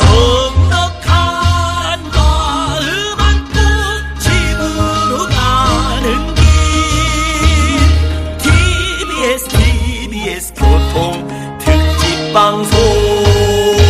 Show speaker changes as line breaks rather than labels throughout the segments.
넉넉한 마음 안고 집으로 가는 길 TBS TBS 교통 특집 방송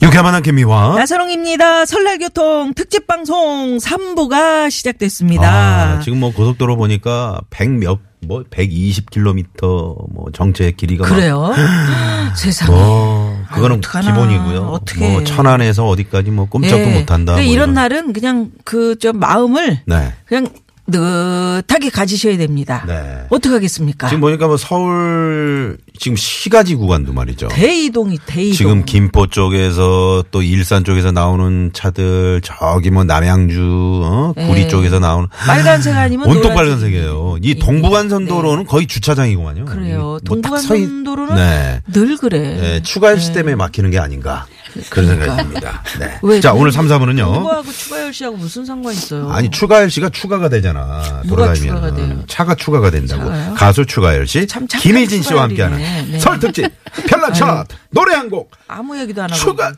유쾌한
어?
한개미와
나선홍입니다. 설날 교통 특집 방송 3부가 시작됐습니다.
아, 지금 뭐 고속도로 보니까 100몇, 뭐, 120km, 뭐, 정체 길이가. 막-
그래요? 세상에.
뭐, 그거는
아유, 어떡하나.
기본이고요.
어떡해.
뭐, 천안에서 어디까지 뭐, 꼼짝도
예.
못한다.
그러니까
뭐
이런 날은 그냥 그 좀 마음을
네.
그냥 느긋하게 가지셔야 됩니다.
네.
어떻게 하겠습니까?
지금 보니까 뭐, 서울, 지금 시가지 구간도 말이죠.
대이동이 대이동.
지금 김포 쪽에서 또 일산 쪽에서 나오는 차들, 저기 뭐, 남양주, 어? 구리
예.
쪽에서 나오는.
빨간색 아니면
온통
노란색.
빨간색이에요. 이 동부간선도로는 거의 주차장이구만요.
그래요.
뭐딱 서 있-
동부간선도로는 음. 네.
네.
늘 그래.
예, 추가 열시 때문에 막히는 게 아닌가 그런 생각이 듭니다. 네.
그러니까. 왜?
자 오늘 3, 4분은요.
그거하고 추가열 씨하고 무슨 상관 있어요?
아니 추가 열시가 추가가 되잖아.
누가
돌아다니면
추가가 돼요?
차가 추가가 된다고.
차가요?
가수 추가 열시
참 착한
김희진 씨와
추가 열이네.
함께하는
네.
설 특집 별난 첫 노래 한 곡
아무 얘기도 안 하고.
추가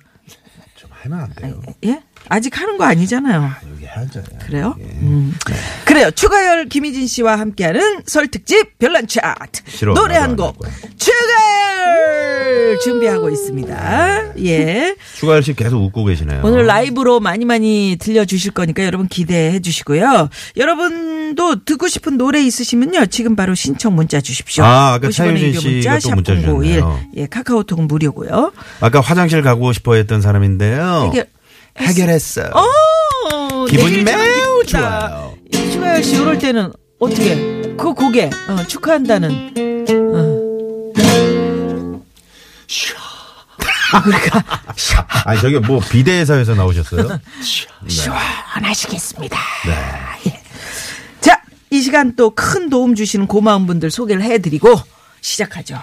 좀 하면 안 돼요.
예? 아직 하는 거 아니잖아요.
여기 예. 네. 해야죠.
그래요? 음. 그래요. 추가열 김희진 씨와 함께하는 설 특집 별난 차트
싫어,
노래
나도 안
한
할
곡
거야.
추가열 준비하고
네.
있습니다. 예.
추가 열시 계속 웃고 계시네요.
오늘 라이브로 많이 많이 들려주실 거니까 여러분 기대해 주시고요. 여러분도 듣고 싶은 노래 있으시면요. 지금 바로 신청 문자 주십시오.
아, 아까
50원의
차유진
유료
씨가 또
샵
문자
0951.
주셨네요.
예, 카카오톡은 무료고요.
아까 화장실 가고 싶어했던 사람인데요.
해결-
해결했어.
오,
기분이
내일 저녁
매우
기쁘다.
좋아요.
이 추가열 씨 이럴 때는 어떻게 그 곡에 어, 축하한다는
아니 저기 뭐 비대회사에서 나오셨어요?
아, 시원하시겠습니다.
네.
예. 자, 이 시간 또 큰 도움 주시는 고마운 분들 소개를 해드리고 시작하죠.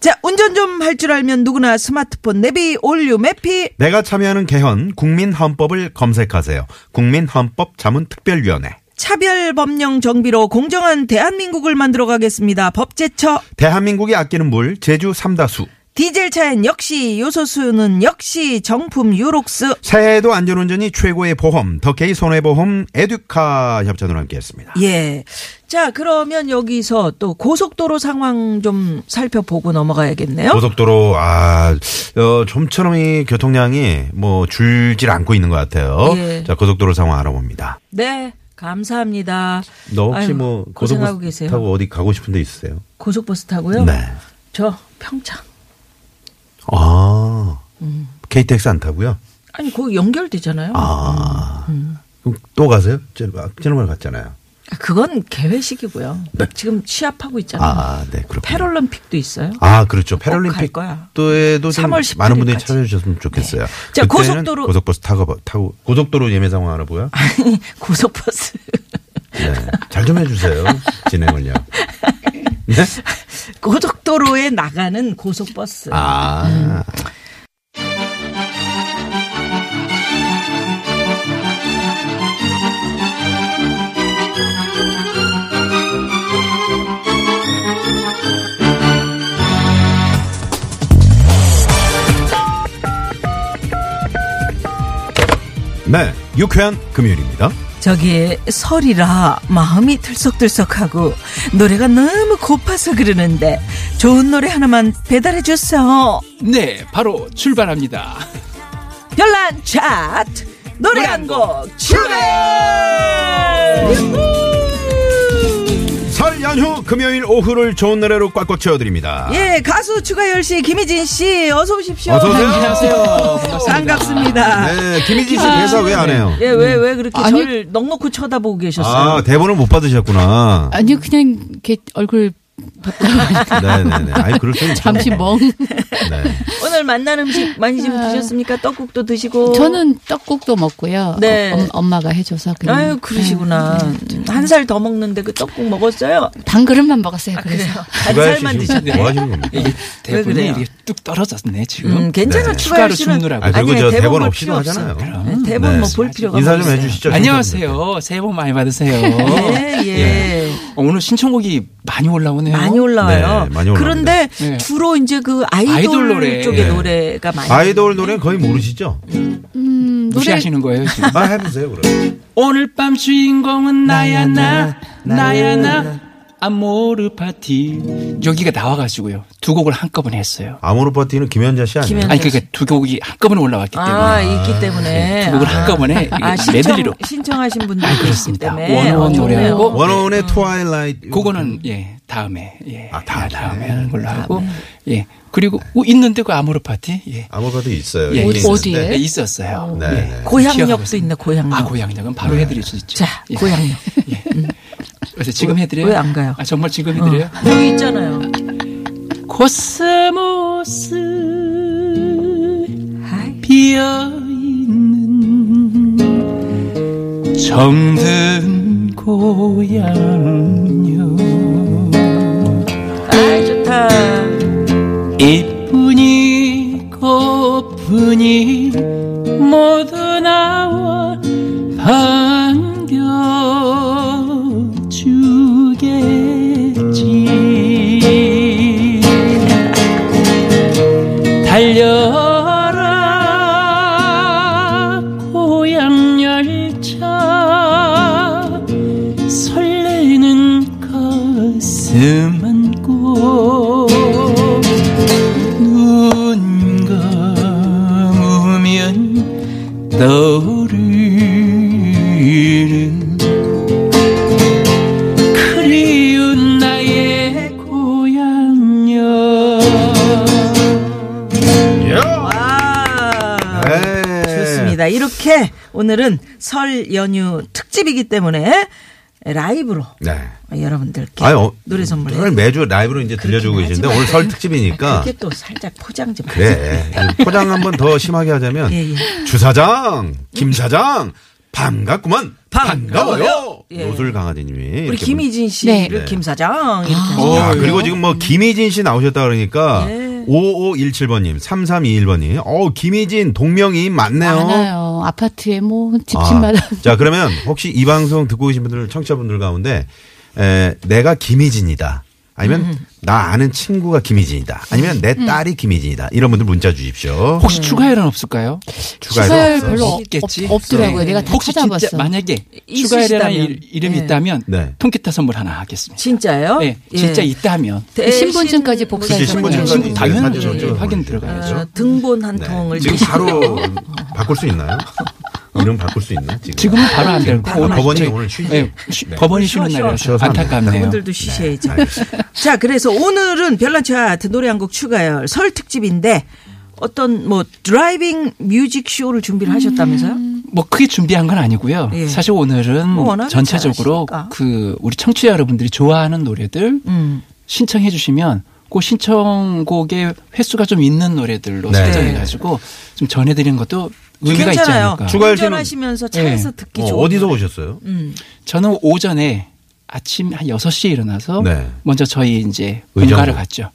자, 운전 좀 할 줄 알면 누구나 스마트폰 내비 올류 매피
내가 참여하는 개헌 국민헌법을 검색하세요. 국민헌법 자문특별위원회.
차별 법령 정비로 공정한 대한민국을 만들어 가겠습니다. 법제처
대한민국이 아끼는 물 제주 삼다수.
디젤 차엔 역시 요소수는 역시 정품 유록스
새해에도 안전운전이 최고의 보험. 더케이 손해보험 에듀카 협찬으로 함께했습니다.
예. 자, 그러면 여기서 또 고속도로 상황 좀 살펴보고 넘어가야겠네요.
고속도로 아 어, 좀처럼 이 교통량이 뭐 줄질 않고 있는 것 같아요.
예.
자 고속도로 상황 알아봅니다.
네. 감사합니다.
너 혹시
아유,
뭐
고생하고
고속버스
계세요?
타고 어디 가고 싶은 데 있으세요?
고속버스 타고요?
네.
저 평창.
아 KTX 안 타고요?
아니, 거기 연결되잖아요.
아 그럼 또 가세요? 저, 지난번에 갔잖아요.
그건 개회식이고요. 지금 시합하고 있잖아요.
네. 아, 네, 그렇군요.
패럴림픽도 있어요.
아, 그렇죠.
갈
패럴림픽
거야.
도에도 좀
3월 11일
많은 분들이
까지.
찾아주셨으면 좋겠어요.
네. 자,
그때는
고속도로-
고속버스 타고 타고 고속도로 예매 상황 알아보요.
고속버스.
네. 잘 좀 해주세요. 진행을요. 네?
고속도로에 나가는 고속버스.
아, 네, 유쾌한 금요일입니다.
저기 설이라 마음이 들썩들썩하고 노래가 너무 고파서 그러는데 좋은 노래 하나만 배달해 주세요.
네, 바로 출발합니다.
별난 차트 노래 한 곡 출발!
설 연휴 금요일 오후를 좋은 노래로 꽉꽉 채워드립니다.
예 가수 추가열 씨 김희진 씨 어서 오십시오.
어서 오세요.
반갑습니다.
네, 김희진 씨 대사 왜 안 해요?
예 왜 왜 그렇게
아니.
저를 넉넉히 쳐다보고 계셨어요?
아, 대본을 못 받으셨구나.
아니요, 그냥 이렇게 얼굴
네네네. 아니, 그럴 수 있죠.
잠시
뭐
멍.
네.
오늘 만난 음식 많이 좀 드셨습니까? 떡국도
아.
드시고
저는 떡국도 먹고요.
어. 네.
어, 엄- 엄마가 해줘서 그냥.
아유 그러시구나.
네.
한 살 더 먹는데 그 떡국 먹었어요?
단 그릇만 먹었어요. 그래서
반 살만
지금
드셨네.
뭐 하시는 겁니까?
이게
왜
대본에
그래요?
이게 뚝 떨어졌네 지금.
음, 괜찮아
네.
추가할
추가로
시는
숨느라고.
아, 그리고
아니,
저
대본
대본
볼
없이도
필요 없어.
하잖아요.
그럼.
네, 대본
네.
뭐 볼 필요가
인사 좀
없어요.
해주시죠.
안녕하세요. 새해 복 많이 받으세요.
예, 예.
어, 오늘 신청곡이 많이 올라오네요.
많이 올라와요.
네, 많이 올라옵니다.
그런데
네.
주로 이제 그 아이돌,
아이돌 노래.
쪽의
네.
노래가 많이
아이돌 노래 거의 모르시죠?
음, 노래
무시하시는 거예요 지금.
아, 해보세요, 그럼.
오늘 밤 주인공은 나야 나 나야 나 아모르 파티 여기가 나와가지고요 두 곡을 한꺼번에 했어요.
아모르 파티는 김현자 씨 아니에요?
김현-
아니 그러니까 두 곡이 한꺼번에 올라왔기 때문에
아, 있기 때문에
네. 두 곡을
아.
한꺼번에 이게
아, 신청,
메들리로
신청하신 분들도 있기
그렇습니다.
때문에 어,
원어원
좋네요.
노래하고
원어원의 트와일라이트.
그거는 예 다음에 예
아, 다음에.
하는 걸로 하고 예 그리고 어, 있는데 그 아모르 파티 예,
아모르 파티 있어요.
예,
있는데.
있었는데.
어디에?
예, 있었어요.
네.
예.
네.
기억하고
고향역도
있습니다.
있네, 고향역.
아 고향역은 바로 해드릴 수 있죠.
자,
예.
고향역.
예. 그래서 지금 해드려요?
왜안 가요?
아, 정말 지금 해드려요?
어. 여기 있잖아요.
코스모스
아이,
비어있는 정든 고향요
아이, 좋다.
이쁜이 고픈이 모두 나와 반겨주겠지 달려라 고향 열차 설레는 가슴 안고 눈 감으면 떠오르는 그리운 나의 고향역 예.
와.
네.
좋습니다. 이렇게 오늘은 설 연휴 특집이기 때문에 라이브로
네.
여러분들께
아니, 어,
노래 선물해.
늘 매주 라이브로 이제 들려주고
그렇긴
계시는데
하지만
오늘 설 특집이니까
이렇게 또 살짝 포장 좀.
그래 네. 포장 한번 더 심하게 하자면
예,
주사장 김 사장 반갑구만 반가워요
예.
노술 강아지님이
우리
이렇게
김희진
네. 아.
씨를 김 사장 이렇게
문-
하죠.
어,
야, 그리고 지금 뭐 김희진 씨 나오셨다 그러니까
예.
5517번님 3321번님 어 김희진 동명이인 맞네요
많아요. 아파트에 뭐
아,
집집마다
자 그러면 혹시 이 방송 듣고 계신 분들 청취자분들 가운데 에, 내가 김희진이다 아니면 나 아는 친구가 김희진이다 아니면 내 딸이 김희진이다 이런 분들 문자 주십시오
혹시 추가열은 없을까요?
추가해서
추가열
없어요.
별로 없,
없겠지.
없- 없더라고요.
네.
내가 다
혹시
찾아봤어.
진짜 만약에
있으시다면.
추가열이라는 일- 이름이
네.
있다면
네.
통기타 선물 하나 하겠습니다.
진짜요?
네,
예.
진짜 있다면
대신
신분증까지 복사해서
네, 그치, 신분증까지.
보내주세요.
이제
당연하죠.
사진
예,
찍어
확인
보내주세요.
들어가야죠.
어, 등본 한
네.
통을
지금
드시고.
바로 바꿀 수 있나요? 이름 바꿀 수 있나 지금?
지금은 바로 안 될 거고.
아, 법원이
저희-
오늘 네. 쉬지.
예, 쉬- 법원이 쉬는
쉬어,
날이라서
쉬어. 쉬어서 안 돼.
안타깝네요.
분들도 쉬셔야죠.
알겠습니다.
자, 그래서 오늘은 별난 차트 노래 한 곡 추가열 설 특집인데 어떤 뭐 드라이빙 뮤직 쇼를 준비를 하셨다면서요?
음.
뭐 크게 준비한 건 아니고요.
예.
사실 오늘은
뭐 워낙에
전체적으로
잘하시니까.
그 우리 청취자 여러분들이 좋아하는 노래들
음.
신청해 주시면 그 신청곡의 횟수가 좀 있는 노래들로
네.
선정해 가지고 좀 전해 드리는 것도 의미가 있지
괜찮아요.
않을까.
추가열 씨는-
운전하시면서 차에서
예.
듣기
어,
좋은.
어디서 오셨어요?
음.
저는 오전에 아침 한 6시에 일어나서
네.
먼저 저희 이제
의정부.
본가를 갔죠.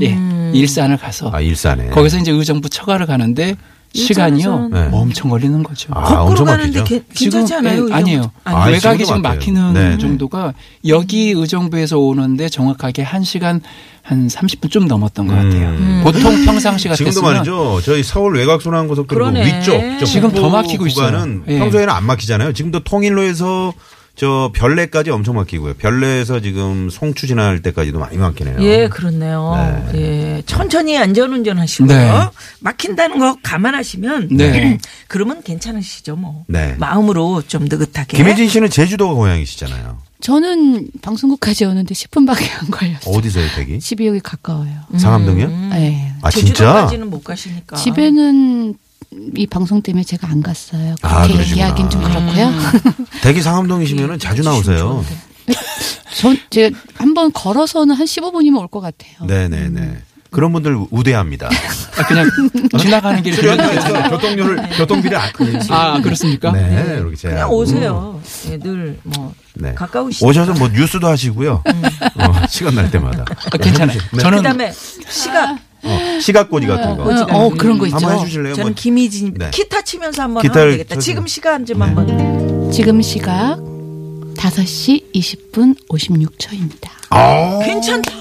예.
음.
일산을 가서
아 일산에.
거기서 이제 의정부 처가를 가는데 시간이요.
네.
엄청 걸리는 거죠.
아,
거꾸로
엄청
가는데
막히죠.
개- 괜찮지 않아요?
예,
이
아니에요.
정도? 아니에요.
아니,
외곽이
지금도
지금
막혀요.
막히는
네.
정도가 여기 의정부에서 오는데 정확하게 1시간 한 30분 좀 넘었던 것 같아요.
음.
보통 평상시 같았으면
지금도 말이죠. 저희 서울 외곽 순환고속도로 뭐
그러네.
위쪽 저
지금 더
북부
막히고 있어요.
구간은
예.
평소에는 안 막히잖아요. 지금도 통일로에서 저 별내까지 엄청 막히고요. 별내에서 지금 송추 지날 때까지도 많이 막히네요.
예, 그렇네요. 예. 천천히 안전운전 하시고요.
네.
막힌다는 거 감안하시면
네.
그러면 괜찮으시죠, 뭐.
네.
마음으로 좀 느긋하게.
김혜진 씨는 제주도가 고향이시잖아요.
저는 방송국까지 오는데 10분밖에 안 걸렸어요.
어디서요, 댁이?
12역이 가까워요.
상암동이요?
네.
아 진짜?
음. 제주도까지는 못 가시니까.
집에는 이 방송 때문에 제가 안 갔어요. 그렇게
아, 그러시구나.
이야기는 좀 그렇고요.
댁이 상암동이시면 자주 나오세요.
전 제가 한번 걸어서는 한 15분이면 올 것
어.
같아요.
네네네. 그런 분들 우대합니다.
아, 그냥 지나가는 길에
출연료에서 교통료를 교통비를 안 끊지.
아, 그렇습니까?
네, 이렇게 제가
그냥 오세요. 예, 늘 뭐.
네.
가까우시죠.
오셔서 뭐 뉴스도 하시고요. 어, 시간 날 때마다.
아, 괜찮아요. 아, 저는
그다음에 시각
어, 시각고지 같은 거.
어, 어, 그런 거 있죠.
한번 해주실래요?
저는
뭐
김희진
네.
기타 치면서 한번
기타를
하면 되겠다.
쳐서-
지금 시간 좀
네.
한번.
지금 시각 5시 20분 56초입니다.
괜찮다.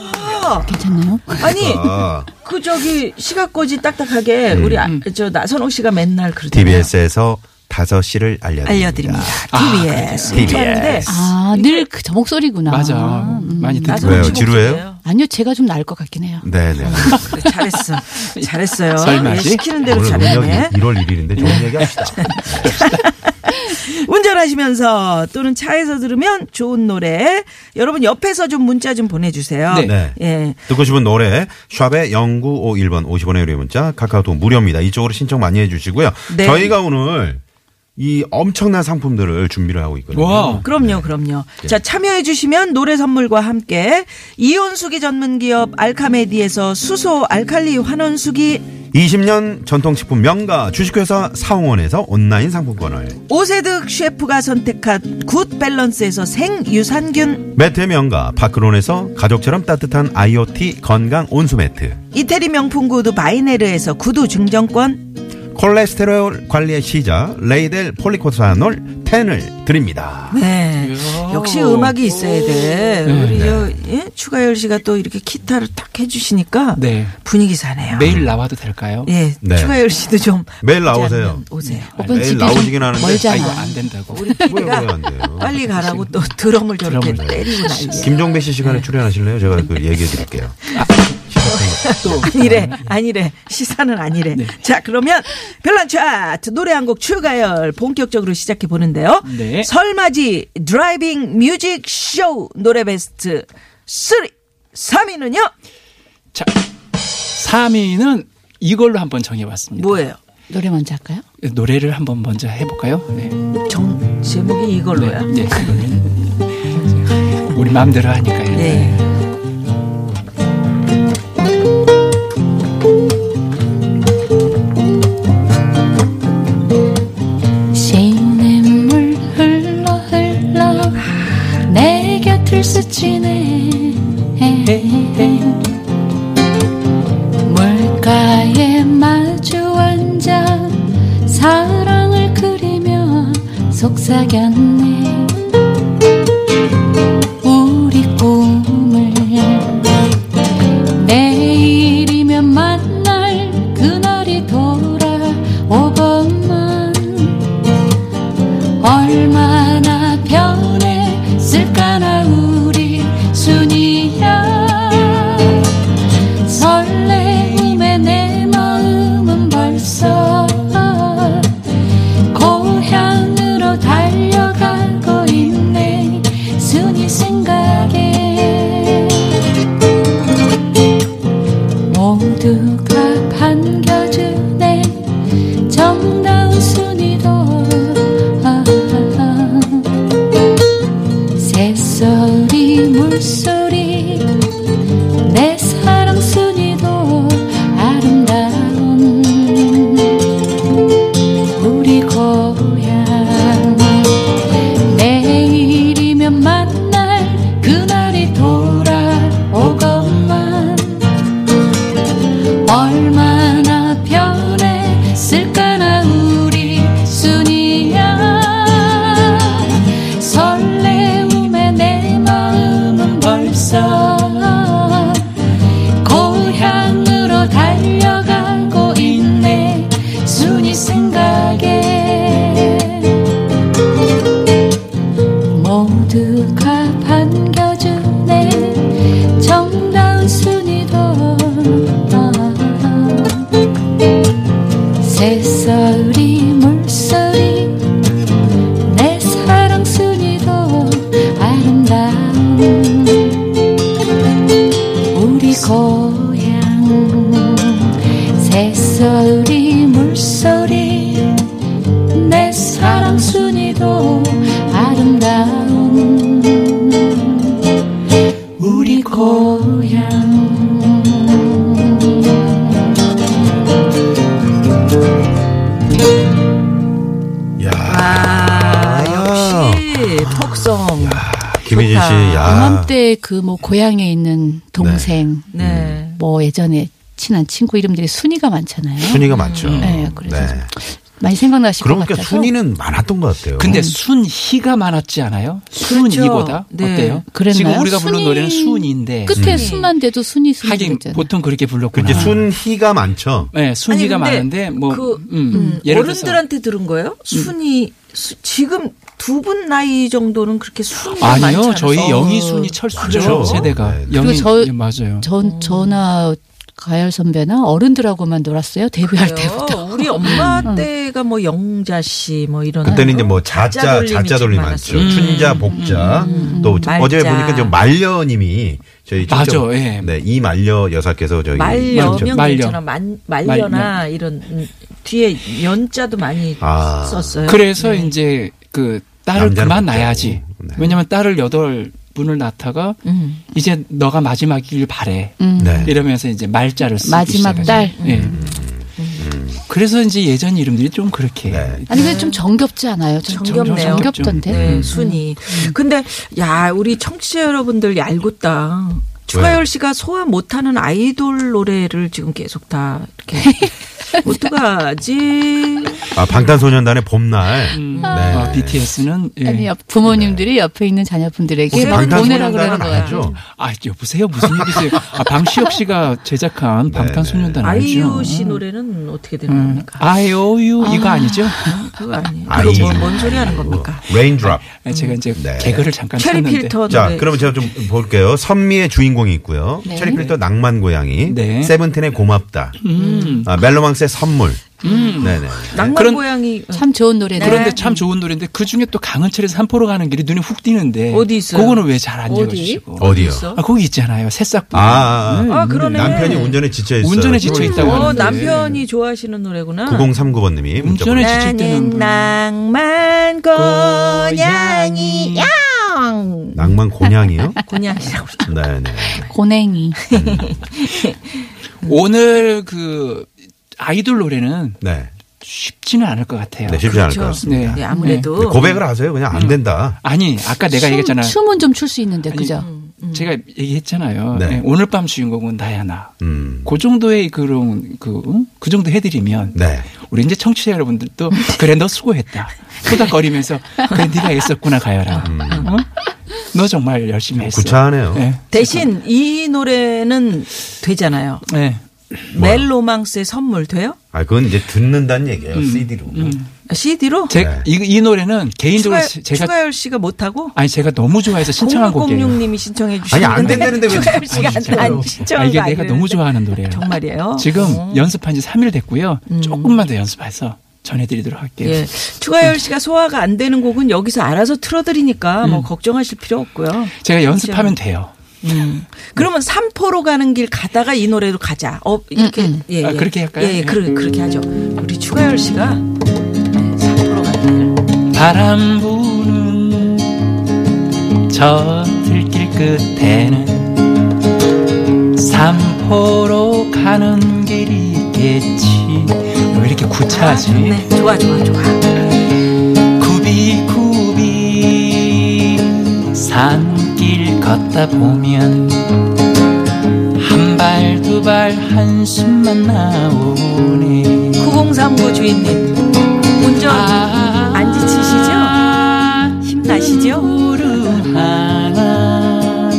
괜찮나요?
아니
아,
그 저기 시각고지 딱딱하게 우리 아, 저 나선홍 씨가 맨날 그러잖아요.
DBS에서 5시를 알려드립니다.
알려드립니다. TBS.
아, TBS.
괜찮은데
아, 늘 그 저 목소리구나.
맞아.
음.
많이 듣고
나선홍 씨
왜요? 지루해요?
목소리예요.
아니요, 제가 좀 나을 것 같긴 해요.
네네.
그래, 잘했어. 잘했어요.
설마지?
예, 시키는 대로
오늘
잘했네.
음력이 1월 1일인데 좋은 얘기 합시다.
운전하시면서 또는 차에서 들으면 좋은 노래. 여러분 옆에서 좀 문자 좀 보내주세요.
네.
네.
예.
듣고 싶은 노래 샵의 0951번 50원의 유료 문자 카카오톡 무료입니다. 이쪽으로 신청 많이 해주시고요.
네.
저희가 오늘 이 엄청난 상품들을 준비를 하고 있거든요.
와.
네.
그럼요, 그럼요.
예.
자, 참여해주시면 노래 선물과 함께 이온수기 전문기업 알카메디에서 수소 알칼리 환원수기
20년 전통식품 명가 주식회사 사홍원에서 온라인 상품권을
오세득 셰프가 선택한 굿 밸런스에서 생유산균
매트 명가 파크론에서 가족처럼 따뜻한 IoT 건강 온수 매트
이태리 명품 구두 바이네르에서 구두 증정권
콜레스테롤 관리의 시작 레이델 폴리코사놀 10을 드립니다.
네.
이야.
역시 음악이 있어야 돼. 우리 저, 예? 추가열 씨가 또 이렇게 기타를 딱 해주시니까
네.
분위기 사네요.
매일 나와도 될까요?
예,
네.
추가열 씨도 좀 네.
매일 나오세요.
오세요.
오빠
매일
집이
나오시긴
좀
하는데.
아,
멀잖아.
이거 안 된다고.
네.
왜, 왜안 돼요?
빨리 가라고 또 드럼을 저렇게
드럼을.
때리고 난리.
김종배 씨
네.
시간에 출연하실래요? 제가 그 얘기해 드릴게요.
또
아니래,
네.
아니래. 시사는 아니래. 자, 그러면 별난 차트 노래 한 곡 추가열 본격적으로 시작해 보는데요.
네.
설맞이 드라이빙 뮤직 쇼 노래 베스트 3. 3위는요?
자, 3위는 이걸로 한번 정해봤습니다.
뭐예요?
노래 먼저 할까요?
노래를 한번 먼저 해볼까요? 네.
정, 제목이
네.
이걸로야.
네. 그러면 우리 마음대로 하니까요.
네.
시냇물 흘러 흘러 내 곁을 스치네 물가에 마주 앉아 사랑을 그리며 속삭였네 우리 꿈을 내일이면 만날 그날이 돌아오건만 얼마나 변했을까나 우리 순이야 설레임에 내 마음은 벌써 고향으로 달려가고 있네 순이 생각에 모두가 반겨주네 정다운 순이도 아, 새소리 물소리 내 사랑 순이도 아름다운 우리 고향 내일이면 만날 그날이 돌아오건만 얼마나 변했을까나 우리 순이야 설레움에 내 마음은 벌써 고향으로 달려가고 있네 순이 생각에 모두가 반겨주네 정다운 순이도 새소리 물소리 내 사랑 순이도 아름다운 우리 고향 새소리 물소리 내 사랑 순이도 아름다운 우리 고향
아, 역시 톡송.
아, 김희진 씨,
좋다.
야. 네.
그맘때 그 뭐 고향에 있는 동생
네.
뭐 예전에 친한 친구 이름들이 순위가 많잖아요.
순위가 많죠.
음,
네, 그래서 좀 많이 생각나실 것
그러니까
같아서.
순위는 많았던 것 같아요.
근데 순희가 많았지 않아요? 순이보다
네.
어때요?
그랬나요?
지금 우리가 부른
순이-
노래는
네.
음.
순인데
끝에 순만 돼도 순위 순위
하긴
있잖아요.
보통 그렇게 불렀구나.
그렇게
음.
순희가 많죠.
네, 순이가
아니, 근데
많은데 뭐
그,
음,
음,
예를 들어서
어른들한테 들은 거예요? 순이 수- 지금 두 분 나이 정도는 그렇게 순이
아니요, 저희 영희 순이 철수죠
그래요?
세대가
네.
영희
그리고 저-
예, 맞아요.
전 저나 가열 선배나 어른들하고만 놀았어요. 데뷔할 때부터.
우리 엄마 때가 뭐 영자 씨 뭐 이런
그때는 이제 뭐 자자
자자돌림이
자자돌이
좀
많죠.
많았어요. 음,
춘자, 복자. 또
말자.
어제 보니까 저 말려님이 저희
맞아,
직접-
예.
네, 이 말려 여사께서 저희
말죠.
음. 말려면
말려.
괜찮아 만, 말려나 이런 음, 뒤에 연자도 많이
아.
썼어요.
그래서 이제 그 딸을
남자는
그만
못해요.
낳아야지.
네.
왜냐면 딸을 여덟 분을 낳다가
음.
이제 너가 마지막이길 바래.
음.
네.
이러면서 이제 말자를 쓰기
마지막
시작하죠.
딸.
예. 그래서 이제 예전 이름들이 좀 그렇게
네.
아니 근데 좀 정겹지 않아요? 좀
정겹네요.
음.
정겹던데.
네, 순이. 근데 야 우리 청취자 여러분들 얄궂다. 추가열 씨가 소화 못하는 아이돌 노래를 지금 계속 다 이렇게 어떡하지?
아, 방탄소년단의 봄날.
음,
네.
아, BTS는 예.
아니 옆- 부모님들이 옆에 있는 자녀분들에게
보세요.
막 보내라
방탄소년단은
그러는 거야.
아니죠.
아, 여보세요. 무슨 일이세요? 아, 방시혁 씨가
네,
제작한 방탄소년단 알죠?
아이유 씨 노래는 어떻게 되는 겁니까?
아이오유 이거 아니죠?
그거 아니에요.
아이유.
그거 뭐, 뭔 소리 하는 겁니까?
레인드롭.
아, 제가 이제
네.
개그를 잠깐
캐리
쳤는데.
필터 노래.
자, 그러면 제가 좀 볼게요. 선미의 주인공이 있고요.
네.
체리필터 낭만 고양이.
네.
세븐틴의 고맙다.
음.
아, 멜로망스의 선물. 네네.
낭만
그런-
고양이 어.
참 좋은 노래네.
그런데 참 좋은 노래인데 그 중에 또 강은철에서 산포로 가는 길이 눈에 훅 띄는데
어디 있어요?
그거는 왜 잘 안
어디?
읽어주시고?
어디요?
있어?
아, 거기 있잖아요. 새싹.
아, 아,
아, 그러네.
남편이 운전에 지쳐 있어요.
운전에 지쳐 있다고
어,
하는데.
남편이 좋아하시는 노래구나.
9039번 님이 문자
운전에
보내.
지칠 때는
나는 낭만
음.
고양이 양
낭만 고냥이요?
고양이라고 그러죠.
네네.
고냉이.
오늘 그 아이돌 노래는
네.
쉽지는 않을 것 같아요.
네, 쉽지 않을 것 같습니다.
네,
네.
근데
아무래도
고백을 하세요. 그냥 안 된다.
아니 아까 내가 얘기했잖아.
춤은 좀 출 수 있는데 그죠?
음,
제가 얘기했잖아요.
네.
네, 오늘 밤 주인공은 나야나.
음.
그 정도의 그런 그, 응? 그 정도 해드리면
네.
우리 이제 청취자 여러분들도 그래 너 수고했다 후닥거리면서 그래 네가 애썼구나 가열아 어? 너 정말 열심히 했어
음. 구차하네요.
네.
대신 이 노래는 되잖아요.
네.
멜로망스의 선물 돼요?
아, 그건 이제 듣는다는 얘기예요. CD로.
CD로?
제,
네.
이, 이 노래는 개인적으로
추가,
제- 제가
추가열 씨가 못하고?
아니 제가 너무 좋아해서 신청한 곡이에요
0606님이 신청해 주신
아니, 안 된다는데 왜
추가열 씨가 안, 안 신청을
아, 이게
안
내가
했는데.
너무 좋아하는 노래예요
정말이에요? 어. 음.
지금 연습한 지 3일 됐고요 조금만 더 연습해서 전해드리도록 할게요
예. 추가열 씨가 소화가 안 되는 곡은 여기서 알아서 틀어드리니까
음.
뭐 걱정하실 필요 없고요.
제가 연습하면
그렇죠.
돼요 네.
그러면 삼포로 가는 길 가다가 이 노래로 가자. 어 이렇게 예,
아,
예.
그렇게 할까요?
예, 예,
예.
그러, 그렇게 하죠. 우리 추가열 씨가 네, 삼포로 가는 길.
바람 부는 저 들길 끝에는 삼포로 가는 길이 있겠지 왜 이렇게 구차하지
네, 좋아 좋아 좋아.
구비구비 산길 걷다 보면 한 발 두 발 한숨만 나오네
9039 주인님 운전
아.
아, 안 지치시죠? 힘 나시죠?
구름 하나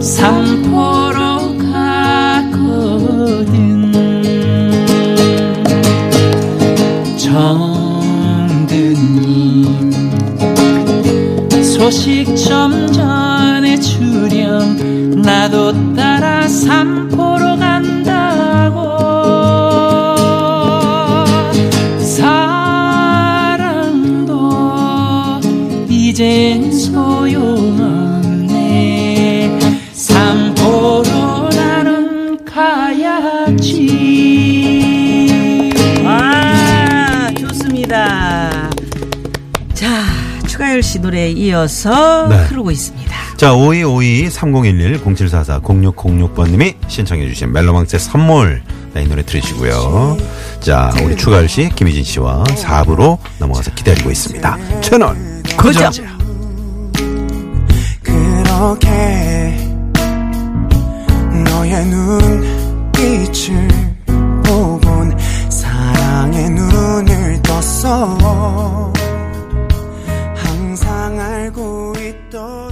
산포로 가거든 정든님 소식 좀 전해주렴 나도 따라 산포로 간다고 사랑도 이젠 소용없네 산포로 나는 가야지
와 좋습니다. 자 추가열 씨 노래에 이어서
네.
흐르고 있습니다.
자, 5252-3011-0744-0606번님이 신청해주신 멜로망스의 선물. 네, 이 노래 들으시고요. 자, 우리 추가열 씨, 김희진 씨와 4부로 넘어가서 기다리고 있습니다. 채널
그죠?
그렇게 너 너의 눈빛을 보곤 사랑의 눈을 떴어 항상 알고 있던